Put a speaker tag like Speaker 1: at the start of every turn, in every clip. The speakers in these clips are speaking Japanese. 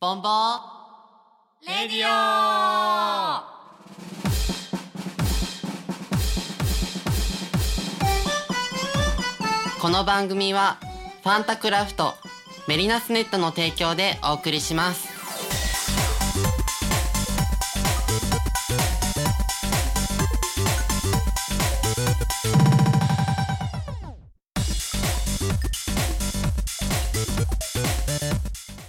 Speaker 1: ボンボーレディオこの番組はファンタクラフトメリナスネットの提供でお送りします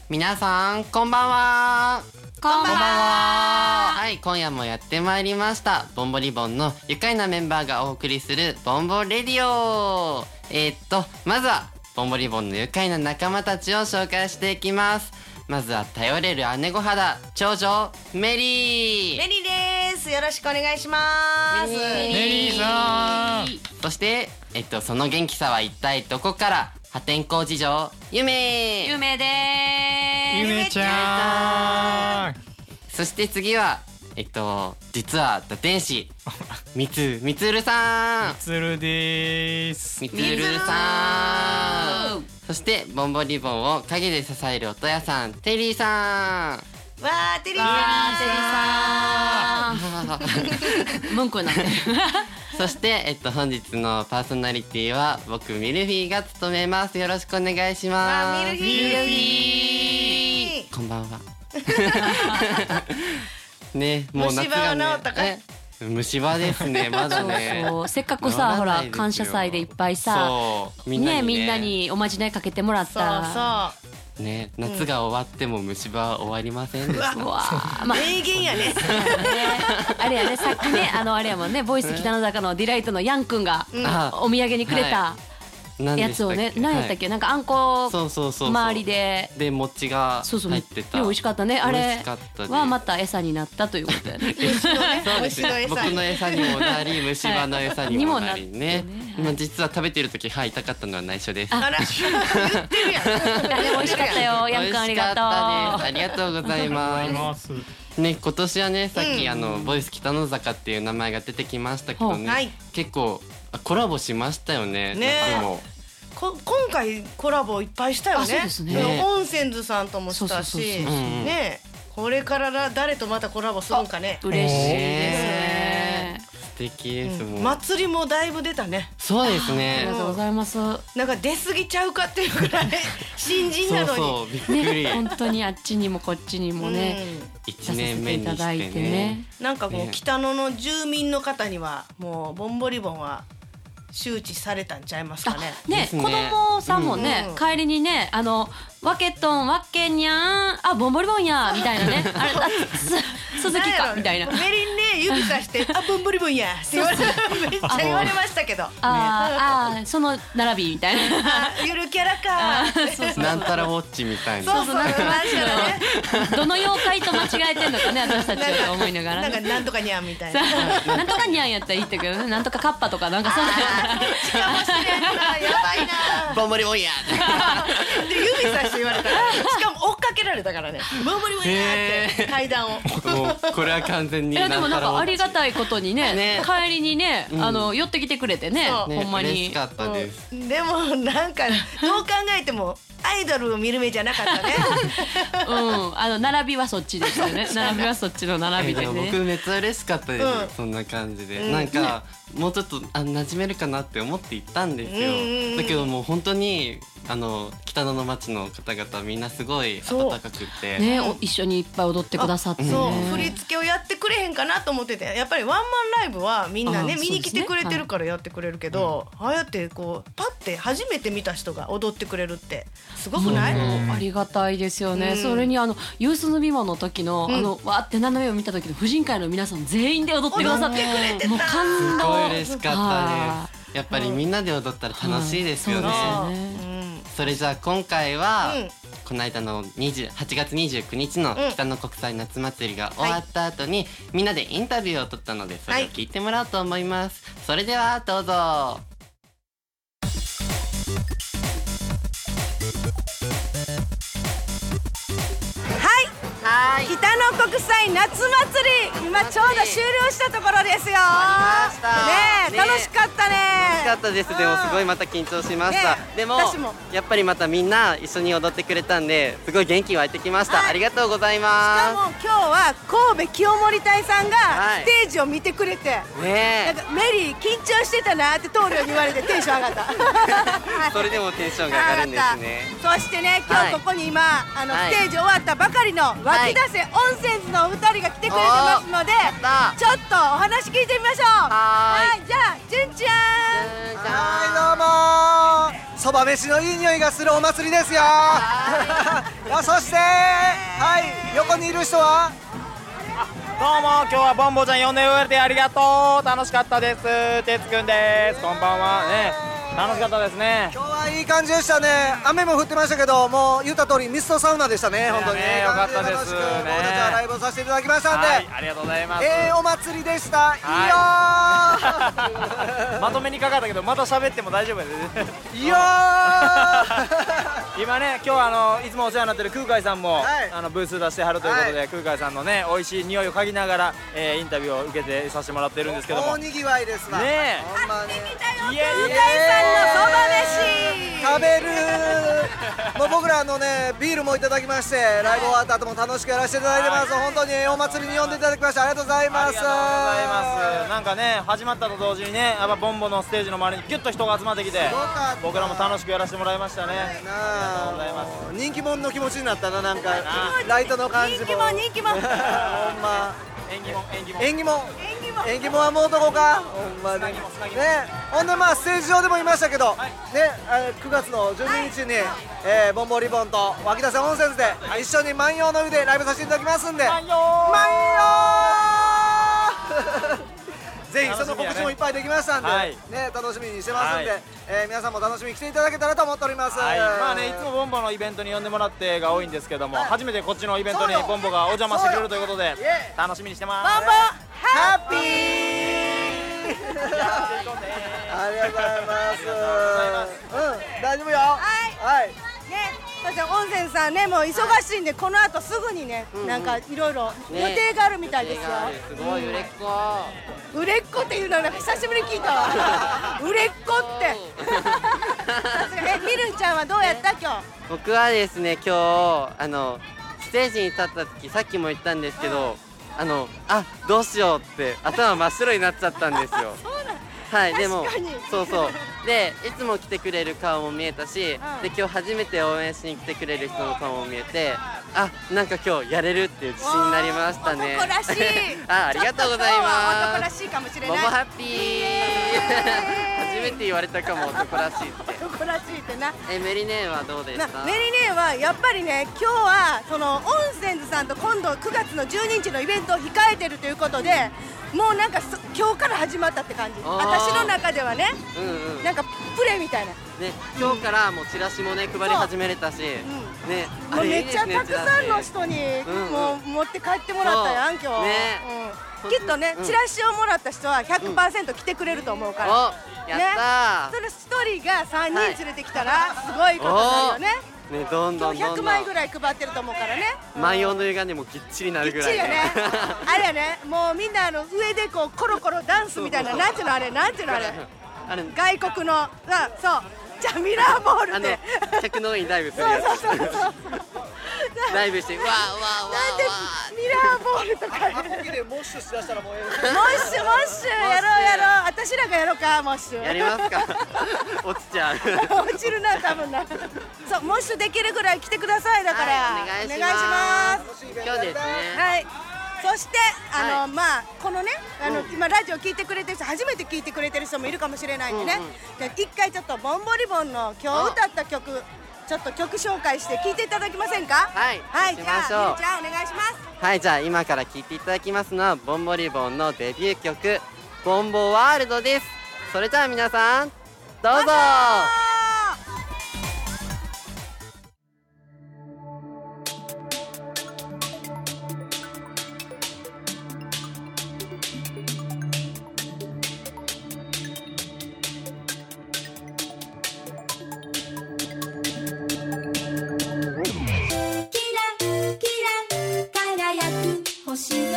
Speaker 1: 皆さんこんばんは
Speaker 2: こんばんは
Speaker 1: はい今夜もやってまいりましたボンボリボンの愉快なメンバーがお送りするボンボレディオえーっとまずはボンボリボンの愉快な仲間たちを紹介していきますまずは頼れる姉御肌長女メリー
Speaker 2: メリーです。よろしくお願いします。
Speaker 1: メ
Speaker 3: メリーさん
Speaker 1: そしてえっとその元気さは一体どこから破天荒事情ゆめ
Speaker 2: ゆめで
Speaker 3: ゆ
Speaker 2: す。
Speaker 3: めちゃん
Speaker 1: そして次はえっと実は堕天使みつみつるさん
Speaker 3: つるでーす
Speaker 1: みつるさんそしてボンボリボンを陰で支える音屋さんテリーさん
Speaker 2: わーテリー さん。
Speaker 4: 文句なんで
Speaker 1: そしてえっと本日のパーソナリティは僕ミルフィーが務めますよろしくお願いし
Speaker 2: わ
Speaker 1: ま
Speaker 2: ー
Speaker 1: す
Speaker 2: ミルフィ
Speaker 3: ミルフ
Speaker 2: ー。
Speaker 1: こんばん はねもう夏が
Speaker 2: 虫歯
Speaker 1: ね
Speaker 2: は治ったかい
Speaker 1: え虫歯です ねまだね
Speaker 4: そうせっかく
Speaker 1: 治らな
Speaker 4: さほら
Speaker 1: いですよ
Speaker 4: 感謝祭でいっぱいさ
Speaker 1: そうみんなに
Speaker 4: ね
Speaker 1: ね
Speaker 4: みんなにおまじないかけてもらっ
Speaker 2: そう
Speaker 4: た
Speaker 2: そ
Speaker 1: ね夏が終わっても虫歯は終わりませんでした、
Speaker 4: うわーま
Speaker 2: う。
Speaker 4: あ
Speaker 2: 名言やね。
Speaker 4: あれやねさっきねあのあれやもんねボイス北の中のディライトのヤンくんが
Speaker 1: あ
Speaker 4: お土産にくれた
Speaker 1: 何
Speaker 4: や
Speaker 1: でし
Speaker 4: つ
Speaker 1: たっ
Speaker 4: を
Speaker 1: け
Speaker 4: ね何やったっけなんかあんこ
Speaker 1: はいそうそうそうそう
Speaker 4: 周りで
Speaker 1: で餅が
Speaker 4: そうそう
Speaker 1: 入ってた
Speaker 4: でも美味しかったねあ
Speaker 1: 美味
Speaker 4: れ
Speaker 1: しかったです
Speaker 4: はまた餌になったということやね
Speaker 1: そうです
Speaker 2: 虫の餌
Speaker 1: 僕の餌にもなり虫歯の餌にもなりね
Speaker 4: にもなってね
Speaker 1: まあ実は食べてる時歯痛かったのは内緒です
Speaker 2: あら、言ってるやん。
Speaker 4: あれ美味しかったよヤンくんあり
Speaker 1: 美味
Speaker 4: がとう
Speaker 1: しかったですありがとうござい
Speaker 3: あり
Speaker 1: ま
Speaker 3: ます
Speaker 1: すね今年はねさっき、
Speaker 2: うん
Speaker 1: あのボイス北の坂っていう名前が出てきましたけどね、
Speaker 2: はい
Speaker 1: 結構あコラボしましたよね
Speaker 2: ね
Speaker 1: 夏も
Speaker 2: こ今回コラボいっぱいしたよね。
Speaker 4: あそうですね
Speaker 2: あのオンセンズさんともした
Speaker 4: そうそう
Speaker 2: し、
Speaker 4: そ
Speaker 1: そ
Speaker 4: う
Speaker 1: ううん
Speaker 2: ね、これからな誰とまたコラボするんかね。
Speaker 4: 嬉しいです
Speaker 1: ね
Speaker 4: ね
Speaker 1: 素敵です、もう、
Speaker 2: 祭りもだいぶ出たね。
Speaker 1: そうです
Speaker 4: あり
Speaker 1: ね
Speaker 4: がとうございます
Speaker 2: なんか出過ぎちゃうかっていう ぐらい新人
Speaker 1: そ
Speaker 2: な
Speaker 1: う
Speaker 2: のに。
Speaker 1: そうびっくり
Speaker 4: ね本当にあっちにもこっちにもね、
Speaker 1: 一
Speaker 4: 出させ
Speaker 1: 年
Speaker 4: て
Speaker 1: 目
Speaker 4: い
Speaker 1: に
Speaker 4: た
Speaker 1: し
Speaker 4: だい
Speaker 1: て
Speaker 4: て
Speaker 1: ね
Speaker 4: ね
Speaker 2: うん、なんかこう、
Speaker 1: ね
Speaker 2: 北野の住民の方にはもうボンボリボンは周知されたんちゃいますかね。
Speaker 4: ね
Speaker 1: ですね
Speaker 4: 子供さんもね、
Speaker 2: うん
Speaker 4: 帰りにねあのわけとんわけにゃんあボンボリボンやみたいなねあれあす鈴木
Speaker 2: なんや
Speaker 4: か
Speaker 2: ろ
Speaker 4: みたいな
Speaker 2: メリンね指さして「あボンボリボンや」って言 われめっちゃ言われましたけど。
Speaker 4: あーあーその並びみたい な
Speaker 2: あゆるキャラか。
Speaker 4: そうそう
Speaker 1: なんたらウォッチみたい
Speaker 2: そ
Speaker 1: な
Speaker 2: うそうなんかなんちゃらね
Speaker 4: どの妖怪と間違えてんのかね私たちはと思いなが
Speaker 2: な
Speaker 4: ら
Speaker 2: んか
Speaker 4: ね
Speaker 2: なんとかにゃんみたい
Speaker 4: さ
Speaker 2: な。
Speaker 4: あなんとかにゃんやったらいいって言うけどねなんとかカッパとかなんかそんな
Speaker 2: あーどっちかもしれんなやばいな
Speaker 1: ボンボリボンや
Speaker 2: で指さして言われたら しかも追っかけられたからね「ボンボリボンや」って階段 を。
Speaker 1: もうこれは完全に
Speaker 4: いやでもなんかありが
Speaker 1: い
Speaker 4: たいことにね
Speaker 1: ね
Speaker 4: 帰りにね、
Speaker 1: うん
Speaker 4: あの寄ってきてくれてね
Speaker 2: そう
Speaker 4: ほんま
Speaker 1: 嬉
Speaker 4: に
Speaker 1: しかったです
Speaker 2: うんでもなんかどう考えてもアイドルを見る目じゃなかったね。
Speaker 4: うん、あの並びはそっちでした よね。並びはそっちの並
Speaker 1: え
Speaker 4: びで
Speaker 1: でも
Speaker 4: ね。
Speaker 1: 僕めっちゃ嬉しかったです、
Speaker 2: うん
Speaker 1: そんな感じで、
Speaker 2: うん
Speaker 1: なんかもうちょっとあ馴染めるかなって思って行ったんですよ、
Speaker 2: うんうんうん
Speaker 1: だけどもう本当にあの北野の町の方々みんなすごい
Speaker 2: そう
Speaker 1: 温かくて、
Speaker 4: ね、お一緒にいっぱい踊ってくださってね。
Speaker 2: そう振り付けをやってくれへんかなと思っててやっぱりワンマンライブはみんなね
Speaker 4: あー
Speaker 2: 見に
Speaker 4: そうで
Speaker 2: 来
Speaker 4: す
Speaker 2: て
Speaker 4: ね
Speaker 2: くれてるからやってくれるけど、ああやってこうパッて初めて見た人が踊ってくれるってすごくない、
Speaker 4: うんありがたいですよね、
Speaker 2: うん
Speaker 4: それにあのユースの美貌の時の、
Speaker 2: うん
Speaker 4: あのわーって斜めを見た時の婦人会の皆さん全員で踊ってくださって
Speaker 2: 踊ってくれてた
Speaker 4: もう感
Speaker 1: すごい
Speaker 4: 動
Speaker 1: 嬉しかった
Speaker 4: は
Speaker 1: ですやっぱりみんなで踊ったら楽しいですよね、
Speaker 4: うん
Speaker 2: あ
Speaker 4: そう
Speaker 2: ー
Speaker 4: ですよ
Speaker 1: それじゃあ今回は、
Speaker 2: うん
Speaker 1: この間の20 8月29日の
Speaker 2: うん
Speaker 1: 北の国際夏祭りが終わった後に、みんなでインタビューを取ったのでそれを聞いてもらおうと思います、それではどうぞ
Speaker 2: はい、はい、北の国際夏祭り今ちょうど終了したところですよ
Speaker 1: わりました
Speaker 2: ねえ
Speaker 1: ね
Speaker 2: 楽しかったね
Speaker 1: 楽しかったですでもすごいまた緊張しました、
Speaker 2: ねえ
Speaker 1: でも
Speaker 2: 私も
Speaker 1: やっぱりまたみんな一緒に踊ってくれたんですごい元気湧いてきました、
Speaker 2: はい
Speaker 1: ありがとうござい
Speaker 2: しかも
Speaker 1: ま
Speaker 2: 今日は神戸清盛隊さんが
Speaker 1: はい
Speaker 2: ステージを見てくれて、
Speaker 1: すね
Speaker 2: なんかメリー緊張してたなって棟梁に言われてテンション上がった
Speaker 1: えそれでもテンションが上がるんですね
Speaker 2: 上がったそしてね今
Speaker 1: はい
Speaker 2: 日ここに今、あの
Speaker 1: は
Speaker 2: ス
Speaker 1: い
Speaker 2: テージ終わったばかりの湧き出せ温泉図のお二人が来てくれてますので
Speaker 1: おーやった
Speaker 2: ちょっとお話聞いてみましょう
Speaker 1: はーい
Speaker 2: いじゃあ純ちゃん
Speaker 5: はいどうもそば飯のいい匂いがするお祭りですよ そしてはい横にいる人は
Speaker 6: どうも今日はボンボちゃん呼んでくれてありがとう楽しかったですてつくんですこんばんはね楽しかったですね
Speaker 5: 今日はいい感じでしたね雨も降ってましたけどもう言った通りミストサウナでしたね本当に
Speaker 6: ねよかったです
Speaker 5: 楽しく
Speaker 6: ね
Speaker 5: 僕たちはライブをさせていただきましたんで、
Speaker 6: はいありがとうございます、
Speaker 5: ええお祭りでした、
Speaker 6: まとめにかかったけどまた喋っても大丈夫です
Speaker 5: いいよーいいよー
Speaker 6: 今ね今日はあのいつもお世話になってる空海さんも、
Speaker 5: はい
Speaker 6: あのブース出してはるということで、
Speaker 5: は
Speaker 6: 空海さんのね美味しい匂いを嗅ぎながら、えーインタビューを受けてさせてもらってるんですけども
Speaker 5: 大にぎわいですわ
Speaker 6: ねえ
Speaker 5: ほんまね
Speaker 6: イエーイ
Speaker 2: 空海さんのそば飯
Speaker 5: 食べるもう僕らあのねビールもいただきましてライブ終わった後も楽しくやらせていただいてます、本当にお祭りに呼んでいただきましてありがとうござい
Speaker 6: あ
Speaker 5: ま
Speaker 6: り
Speaker 5: す
Speaker 6: がとうございますなんかね始まったと同時にねやっぱボンボのステージの周りにギュッと人が集まってきて
Speaker 5: ごかった
Speaker 6: 僕らも楽しくやらせてもらいましたね
Speaker 5: な
Speaker 6: ありがとうござい
Speaker 5: あ
Speaker 6: ます
Speaker 5: 人気者の気持ちになったななんかライトの感じも
Speaker 2: 人気も人気も
Speaker 5: ほんま
Speaker 6: 縁起も縁起も
Speaker 5: 縁起も
Speaker 2: 演技も
Speaker 5: 縁起もはもうどこかほんま
Speaker 6: つな
Speaker 5: ね
Speaker 6: ぎもつなぎも
Speaker 5: ねほんでまあステージ上でも言いましたけど、ねあ9月の12日に、えーボンボリボンと湧き出せ温泉で一緒に万葉の湯でライブさせていただきますんで万 葉ぜひその告知もいっぱいできましたんで、
Speaker 6: はい
Speaker 5: ね楽しみにしてますんで、
Speaker 6: はい
Speaker 5: えー皆さんも楽しみに来ていただけたらと思っております、
Speaker 6: はい、まあねいつもボンボのイベントに呼んでもらってが多いんですけども、初めてこっちのイベントに
Speaker 5: そうよ
Speaker 6: ボンボがお邪魔してくれるということで
Speaker 5: そうよイエ
Speaker 6: 楽しみにしてます
Speaker 2: ボンボ
Speaker 5: ハッピーありがとう ございますうん大丈夫よはい
Speaker 2: ねそして温泉さんねもう忙しいんでこの後すぐにねなんかいろいろ予
Speaker 1: ね
Speaker 2: 定があるみたいですよ
Speaker 1: すごい売れっ子
Speaker 2: 売れっ子っていうのは久しぶりに聞いた わ売れっ子ってさすがえみるんちゃんはどうやった今日
Speaker 1: 僕はですね今日あのステージに立った時さっきも言ったんですけど、あのあどうしようって頭真っ白になっちゃったんです よはいでも
Speaker 2: 確かに
Speaker 1: そうそうでいつも来てくれる顔も見えたし、で今日初めて応援しに来てくれる人の顔も見えてあなんか今日やれるっていう自信になりましたね
Speaker 2: 男らしい
Speaker 1: あありがとうござい
Speaker 2: ちょっ今日は男
Speaker 1: ま
Speaker 2: ら
Speaker 1: す
Speaker 2: しいかもしれ
Speaker 1: ボ
Speaker 2: な
Speaker 1: ボ
Speaker 2: い
Speaker 1: ハッピー
Speaker 2: イエーイ
Speaker 1: 初めて言われたかも男らしいって
Speaker 2: 男らしいってな
Speaker 1: えメリネーはどうでし
Speaker 2: な
Speaker 1: た
Speaker 2: メリネーはやっぱりね今日はその温泉ズさんと今度9月の12日のイベントを控えてるということでもうなんかそ今日から始まったって感じ
Speaker 1: あー
Speaker 2: 私の中ではね
Speaker 1: うんうん
Speaker 2: なんかプレイみたいな
Speaker 1: ね、今日からもうチラシもね配り始めれたし、ね、
Speaker 2: もうめっちゃたくさんの人に
Speaker 1: うんうん
Speaker 2: もう持って帰ってもらったやん今日
Speaker 1: そうね
Speaker 2: うんきっとね
Speaker 1: うん
Speaker 2: チラシをもらった人は100%来てくれると思う
Speaker 1: お、
Speaker 2: から
Speaker 1: やった
Speaker 2: それ1人が3人連れてきたらすごいことだよね
Speaker 1: ー、ね、どん
Speaker 2: 今
Speaker 1: どん
Speaker 2: 日
Speaker 1: どんど
Speaker 2: 100
Speaker 1: ん
Speaker 2: 枚ぐらい配ってると思うからね
Speaker 1: 万葉の湯がねもうぎっちりなる
Speaker 2: き
Speaker 1: ぐ
Speaker 2: っ
Speaker 1: らい
Speaker 2: ちりよねあれやねもうみんなあの上でこうコロコロダンスみた いななんていうのあれなんていうのあれ
Speaker 1: あれ
Speaker 2: 外国のあそうじゃあミラーボー
Speaker 1: あ
Speaker 2: ル
Speaker 1: の
Speaker 2: で
Speaker 1: 客の上にダイブする
Speaker 2: そう
Speaker 1: や
Speaker 2: そう
Speaker 1: つ
Speaker 2: そうそうなんで
Speaker 1: ダイブしてわーわーわ
Speaker 2: ミラーボールとか
Speaker 5: ハッピーでモッシュしだしたらもうええ
Speaker 2: モッシュモッシュやろうやろう私らがやろうかモッシ
Speaker 1: ー
Speaker 2: ュ
Speaker 1: わーやりますか落ちちゃう
Speaker 2: 落ちるな多分なそうモッシュできるぐらい来てくださいだから、
Speaker 1: はいお願いします
Speaker 2: す
Speaker 1: 今日ですね
Speaker 2: はいそしてあの、
Speaker 1: はい
Speaker 2: まあこのねあの、今ラジオ聞いてくれてる人初めて聞いてくれてる人もいるかもしれないんでね、じゃあ一回ちょっとボンボリボンの今日歌った曲ちょっと曲紹介して聞いていただけませんか
Speaker 1: はい
Speaker 2: は
Speaker 1: し
Speaker 2: いじ
Speaker 1: ま
Speaker 2: ゃ
Speaker 1: しょう
Speaker 2: あみゆちゃんお願いします
Speaker 1: はいじゃあ今から聴いていただきますのはボンボリボンのデビュー曲「ボンボワールド」ですそれじゃあ皆さんどうぞ
Speaker 7: キラキラ輝く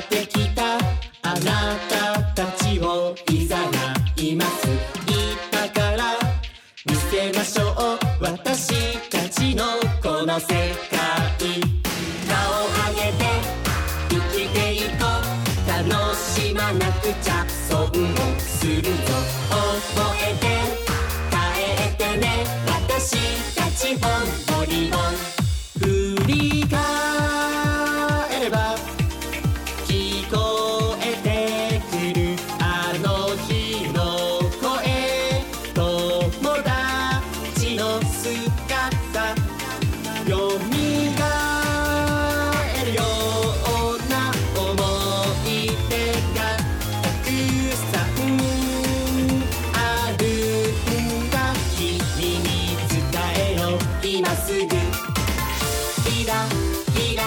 Speaker 8: ってきたあなたたちをいざないます言ったから見せましょう私たちのこの世界顔上げて生きていこう楽しまなくちゃ損をするぞ覚えて帰ってね私たちボンボリボン振り返れば聞こえてくるあの日の声友達の姿よみがえるような思い出がたくさんあるんだ君に伝えよう今すぐひらひら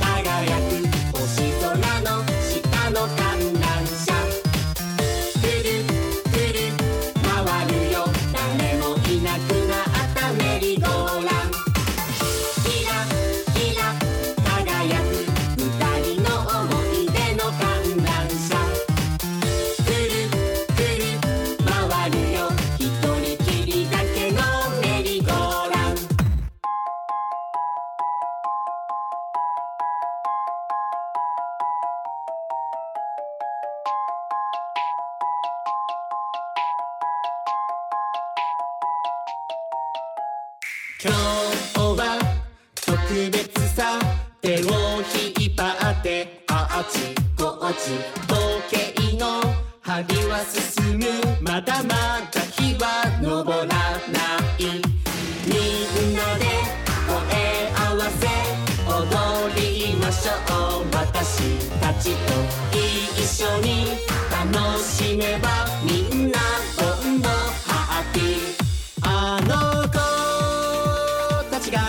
Speaker 8: 輝く星空の下の観覧車くるくる回るよ誰もいなくなったメリーゴーランドキラキラ輝く二人の思い出の観覧車くるくる回るよ一人きりだけのメリーゴーラン今日は特別さ手を引っ張ってあっちこっち時計の針は進むまだまだ日は昇らないみんなで声合わせ踊りましょう私たちと一緒に楽しめばみんなどんどんハッピーあの子たちが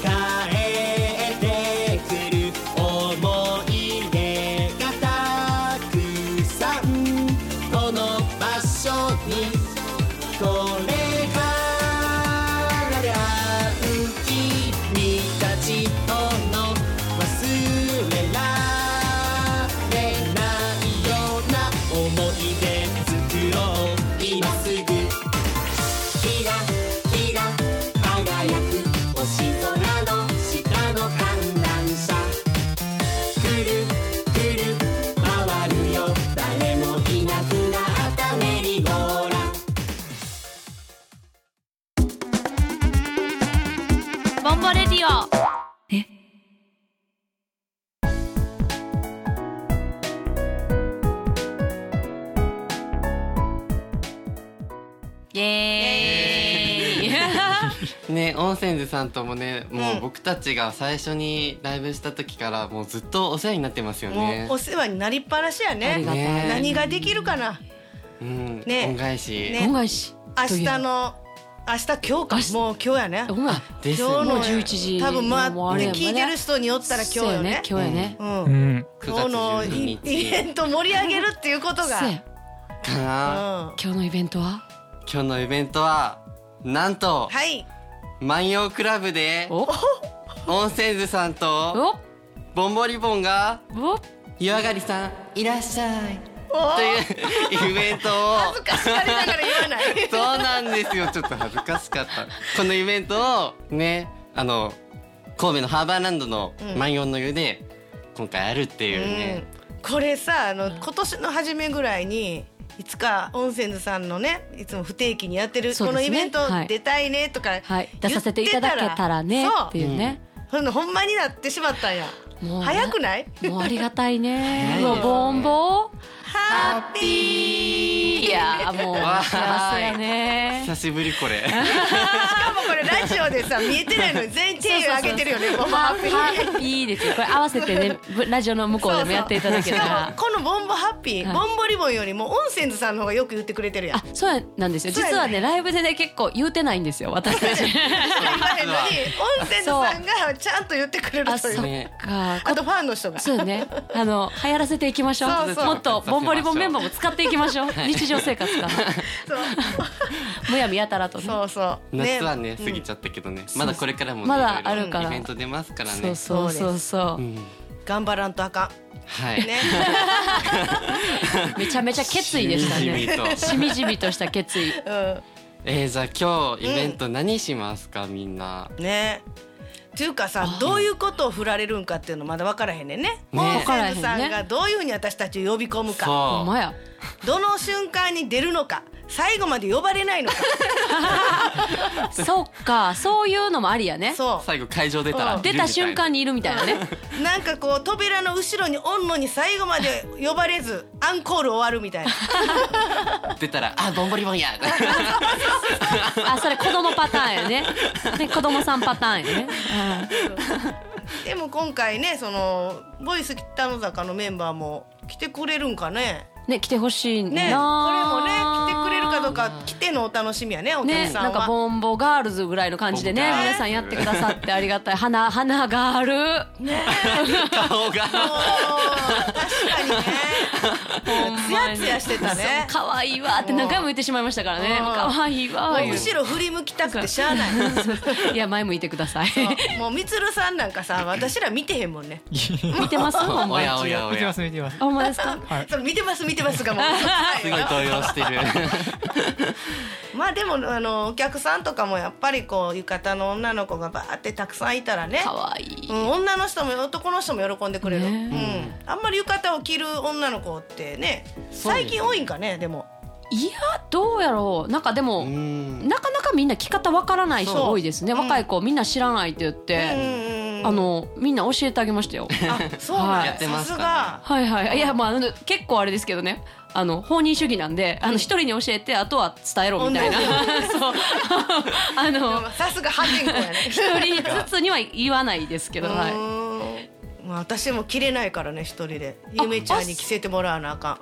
Speaker 8: 帰ってくる思い出がたくさんこの場所にこれからで会う君たちとの忘れられないような思い出作ろう今すぐキラキラ輝く星空の下の観覧車くるくる回るよ誰もいなくなったメリーゴーラン
Speaker 4: ボンボレディオえイエーイ
Speaker 1: ね温泉図さんともねもうんう僕たちが最初にライブした時からもうずっとお世話になってますよ
Speaker 2: も
Speaker 1: ね
Speaker 2: うお。世話になりっぱなしや
Speaker 1: あ
Speaker 2: ね
Speaker 1: りがたい
Speaker 2: 何ができるかな
Speaker 1: うん、
Speaker 2: ね
Speaker 1: 恩返し、
Speaker 2: ね
Speaker 4: 恩返し
Speaker 2: 明
Speaker 4: という
Speaker 2: 日の明日今
Speaker 4: 明
Speaker 2: 日
Speaker 4: 日
Speaker 2: かもう今日やね
Speaker 4: ほんまや
Speaker 1: です
Speaker 2: 今日
Speaker 1: ね
Speaker 2: の
Speaker 4: もう11時
Speaker 2: 多分まあ
Speaker 4: もうあれやもんね
Speaker 2: 聞いてる人によったら今日よね
Speaker 4: そうや今日やね
Speaker 2: う
Speaker 3: うんん。
Speaker 1: 9
Speaker 2: 今日
Speaker 1: 月
Speaker 2: の
Speaker 1: 12
Speaker 2: イイ
Speaker 1: 日
Speaker 2: ベント盛り上げるっていうことが
Speaker 4: そうや
Speaker 1: かな。
Speaker 2: うん
Speaker 4: 今日のイベントは
Speaker 1: 今日のイベントはなんと、
Speaker 2: はい
Speaker 1: 万葉クラブで
Speaker 4: お
Speaker 1: 温泉図さんと
Speaker 4: お
Speaker 1: ボンボリボンが
Speaker 4: お
Speaker 1: 湯上がりさんいらっしゃいというイベントを
Speaker 2: 恥ずかしがりながら言わない
Speaker 1: そうなんですよ。ちょっと恥ずかしかった。このイベントをね、あの神戸のハーバーランドの
Speaker 2: うん
Speaker 1: 万葉の湯で今回やるっていうね。
Speaker 2: うんこれさあの今年の初めぐらいにいつか温泉図さんのねいつも不定期にやってる、
Speaker 4: そう
Speaker 2: こ
Speaker 4: です
Speaker 2: の
Speaker 4: ね
Speaker 2: イベント
Speaker 4: はい
Speaker 2: 出たいねとか、
Speaker 4: はい出させていただけたらね
Speaker 2: 言ってたら
Speaker 4: っていうね
Speaker 2: ほんのほんまになってしまったんや
Speaker 4: もうね
Speaker 2: 早くない
Speaker 4: もうありがたいね
Speaker 1: ね
Speaker 4: もうボンボ
Speaker 2: ハッ ピー
Speaker 4: いやもう
Speaker 1: わーい
Speaker 4: 幸せやね
Speaker 1: 久しぶりこれ。
Speaker 2: しかもこれラジオでさ見えてないのに全員手上げてる よねボンボハッピー
Speaker 4: ハッピーですよこれ合わせて ねぶラジオの向こうでもやっていただけた
Speaker 2: そうそう
Speaker 4: ら
Speaker 2: しかもこのボンボハッピー、
Speaker 4: はい
Speaker 2: ボンボリボンよりも温泉図さんの方がよく言ってくれてるやん
Speaker 4: あそうなんですよ
Speaker 2: そうやね
Speaker 4: 実はねライブでね結構言うてないんですよ私た ち
Speaker 2: 言わへんのに温泉図さんがちゃんと言ってくれ
Speaker 4: あ
Speaker 2: ると
Speaker 4: そ
Speaker 2: い
Speaker 4: っ
Speaker 2: うあ
Speaker 4: か
Speaker 2: とファンの人が
Speaker 4: そうよね。あの流行らせていきましょう。
Speaker 2: そうそう
Speaker 4: もっとボンボリボンメンバーも使っていきましょう。日常生活から
Speaker 2: そう
Speaker 4: むやみやたらとね。
Speaker 2: そうそう
Speaker 1: 夏はね
Speaker 2: うん
Speaker 1: 過ぎちゃったけどね、まだこれからもね
Speaker 4: まだ
Speaker 1: いろいろ
Speaker 4: あるから
Speaker 1: イベント出ますからね。
Speaker 4: そうそうそうそう
Speaker 1: うん
Speaker 2: 頑張らんとあか
Speaker 1: は
Speaker 2: ん
Speaker 1: い。
Speaker 2: ね
Speaker 4: めちゃめちゃ決意でした
Speaker 1: しみじみ
Speaker 4: ね
Speaker 1: と
Speaker 4: しみじみとした決意
Speaker 2: うん
Speaker 1: えー、じゃあ今日イベント何しますか、みんな。
Speaker 2: ねっていうかさどういうことを振られるんかっていうのまだ分からへんねんね
Speaker 1: ね
Speaker 2: ホームセ
Speaker 4: 分
Speaker 2: ンズ
Speaker 4: からへ
Speaker 2: さ
Speaker 4: んね
Speaker 2: んがどういうふうに私たちを呼び込むか
Speaker 4: ほんま
Speaker 1: そ
Speaker 4: や
Speaker 2: どの瞬間に出るのか最後まで呼ばれな いのか
Speaker 4: そっかそういうのもありやね
Speaker 1: う
Speaker 2: そ。
Speaker 1: 最後会場出たら
Speaker 2: うん
Speaker 1: いる
Speaker 4: 出
Speaker 1: みいな
Speaker 4: た瞬間にいるみたいな ね
Speaker 2: うなんかこう扉の後ろにおんのに最後まで呼ばれずアンコール終わる みたいな
Speaker 1: 出たらあボンボリボンや。
Speaker 4: あそれ子供パターンや ねね子供さんパターンやね
Speaker 2: でも今回ねそのボイス北の坂のメンバーも来てくれるんかね
Speaker 4: ね来てほしいな
Speaker 2: ねこれもね来てくれるかどうか来てのお楽しみやねお客
Speaker 4: ね、
Speaker 2: さ
Speaker 4: な
Speaker 2: んは、
Speaker 4: んかボンボガールズぐらいの感じでね
Speaker 1: ボンボガール
Speaker 4: 皆さんやってくださってありがたい花花ガールね
Speaker 1: 顔が
Speaker 2: おー確かにねツヤツヤしてたね
Speaker 4: 可愛いわって何回も言ってしまいましたからね
Speaker 2: うん
Speaker 4: 可愛いわ
Speaker 2: もう
Speaker 4: 言う
Speaker 2: 後ろ振り向きたくてしゃあない
Speaker 4: いや前向いてください
Speaker 2: もうみつるさんなんかさ私ら見てへんもんね
Speaker 4: 見てますほんま
Speaker 1: おや
Speaker 4: あ
Speaker 1: おやお
Speaker 3: 見てま
Speaker 1: や。
Speaker 3: す見てます
Speaker 4: ほんまです か
Speaker 2: その見てます見てま すがもう
Speaker 1: すごい動揺してる。
Speaker 2: まあでもあのお客さんとかもやっぱりこう浴衣の女の子がバーってたくさんいたらね
Speaker 4: 可愛い
Speaker 2: うん、女の人も男の人も喜んでくれる、
Speaker 4: ね
Speaker 2: うん、あんまり浴衣を着る女の子ってね
Speaker 1: そうですね
Speaker 2: 最近多いんかねでも
Speaker 4: いやどうやろうなんかでも
Speaker 1: うん。
Speaker 4: なかなかみんな着方わからない人多いですね
Speaker 2: そう
Speaker 4: 若い子みんな知らないって言っ
Speaker 2: うん
Speaker 4: て
Speaker 2: うんうん
Speaker 4: あのみんな教えてあげましたよ
Speaker 2: あそうなん
Speaker 4: はい
Speaker 2: や
Speaker 1: やってますか
Speaker 2: さ
Speaker 4: はいはいいやまああの結構あれですけどねあの放任主義なんであの一人に教えてあとは伝えろみたいな そうあ
Speaker 2: す
Speaker 4: の
Speaker 2: がさすが破天荒やね
Speaker 4: 一人ずつには言わないですけどは
Speaker 2: う
Speaker 4: い
Speaker 2: ーんまあ私も着れないからね一人でゆめちゃんに着せてもらわなあか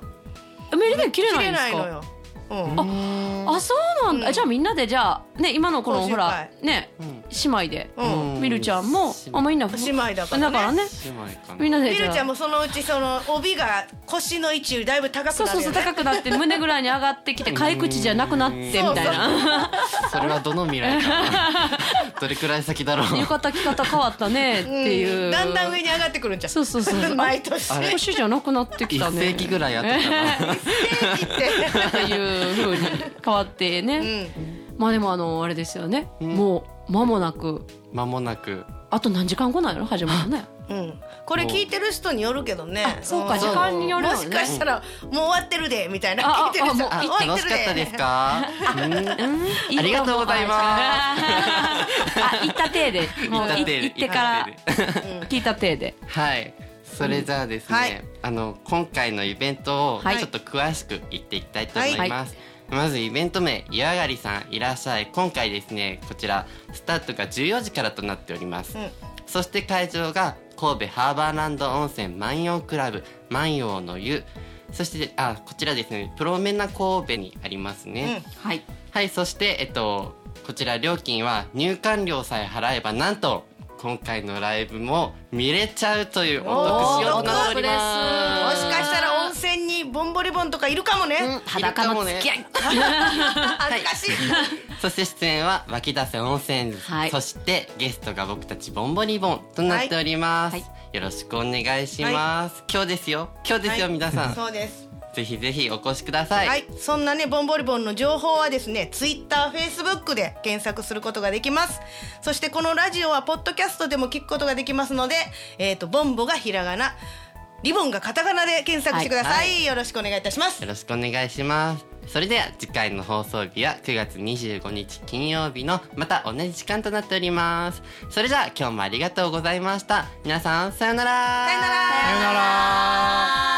Speaker 2: ん
Speaker 4: メリデン切れ
Speaker 2: 着
Speaker 4: ない
Speaker 2: れ
Speaker 4: んです
Speaker 2: ないの
Speaker 4: か
Speaker 2: よ、うん、
Speaker 4: あそうなんだ、じゃあみんなでじゃあね今のこの
Speaker 2: 講習
Speaker 4: ほ
Speaker 2: 会
Speaker 4: らね
Speaker 1: うん
Speaker 4: 姉妹で、
Speaker 2: うん
Speaker 1: うん
Speaker 4: みるちゃんもあみんな
Speaker 2: 姉妹だから
Speaker 4: だ
Speaker 2: ね
Speaker 4: からね
Speaker 1: 姉妹かな
Speaker 4: みんなで
Speaker 2: み
Speaker 4: じゃ
Speaker 2: る
Speaker 4: あ
Speaker 2: ちゃんもそのうちその帯が腰の位置よりだいぶ高くなる
Speaker 4: そ
Speaker 2: よ
Speaker 4: う
Speaker 2: ね
Speaker 4: そうそう高くなって胸ぐらいに上がってきて買い口じゃなくなってみたいな
Speaker 1: それはどの未来かな。どれくらい先だろう。
Speaker 4: 浴衣着方変わったねっていう、
Speaker 2: うんだんだん上に上がってくるんちゃ
Speaker 4: そうそうそう
Speaker 2: う 毎年
Speaker 1: あれ
Speaker 2: 腰
Speaker 4: 腰じゃなくなってき
Speaker 1: 一
Speaker 4: たね
Speaker 1: 世紀ぐらいやってたな。
Speaker 2: 切って
Speaker 4: っていう風に変わってね、まあでもあのあれですよね、もう間もなく
Speaker 1: 間もなく。
Speaker 4: あと何時間後なんやろ始まるのね
Speaker 2: うん、これ聞いてる人によるけどね。
Speaker 4: そうか
Speaker 2: ん
Speaker 4: 時間によるよ
Speaker 2: も
Speaker 4: ね
Speaker 2: しかしたらもう終わってるでみたいな
Speaker 4: あ
Speaker 2: 聞いてる人
Speaker 4: あ
Speaker 1: あ
Speaker 4: も
Speaker 2: 終わ
Speaker 1: 楽しかったですか。うん
Speaker 4: いいよ
Speaker 1: ありがとうございます
Speaker 4: あ行った体でもう
Speaker 1: 行った体
Speaker 4: い
Speaker 1: で
Speaker 4: 行ってから
Speaker 1: 行っ
Speaker 4: 聞いた体で
Speaker 1: はい。それじゃあですね、
Speaker 2: うんはい
Speaker 1: あの今回のイベントを
Speaker 4: はい
Speaker 1: ちょっと詳しく言っていきたいと思います。まずイベント名湯上がりさんいらっしゃい今回ですねこちらスタートが14時からとなっております、
Speaker 2: うん
Speaker 1: そして会場が神戸ハーバーランド温泉万葉クラブ万葉の湯そしてあこちらですねプロメナ神戸にありますね、
Speaker 2: うん
Speaker 4: はい
Speaker 1: はい、そして、えっと、こちら料金は入館料さえ払えば、なんと、今回のライブも見れちゃうというお得仕様となっており
Speaker 2: も
Speaker 1: ま
Speaker 2: しかしたら温泉にボンボリボンとかいるかもね。
Speaker 4: 裸の付き合い
Speaker 2: 恥ずかしい。
Speaker 1: す。そして出演は、湧き出せ温泉、
Speaker 4: はい
Speaker 1: そしてゲストが僕たちボンボリボンとなっております。
Speaker 4: はいは
Speaker 1: よろしくお願いします。今日ですよ。今日ですよ、
Speaker 2: はい
Speaker 1: 皆さん。
Speaker 2: そうです。
Speaker 1: ぜひぜひお越しくださ。
Speaker 2: はいい、そんなねボンボリボンの情報はですね、ツイッター、フェイスブックで検索することができます。そしてこのラジオはポッドキャストでも聞くことができますので、えっ、とボンボがひらがな、リボンがカタカナで検索してくださ
Speaker 1: はい
Speaker 2: い。よろしくお願いいたします
Speaker 1: よ。ろしくお願いします。それでは次回の放送日は9月25日金曜日のまた同じ時間となっております。それじゃあ今日もありがとうございました。皆さんさようなら。
Speaker 2: さよなら。
Speaker 3: さよなら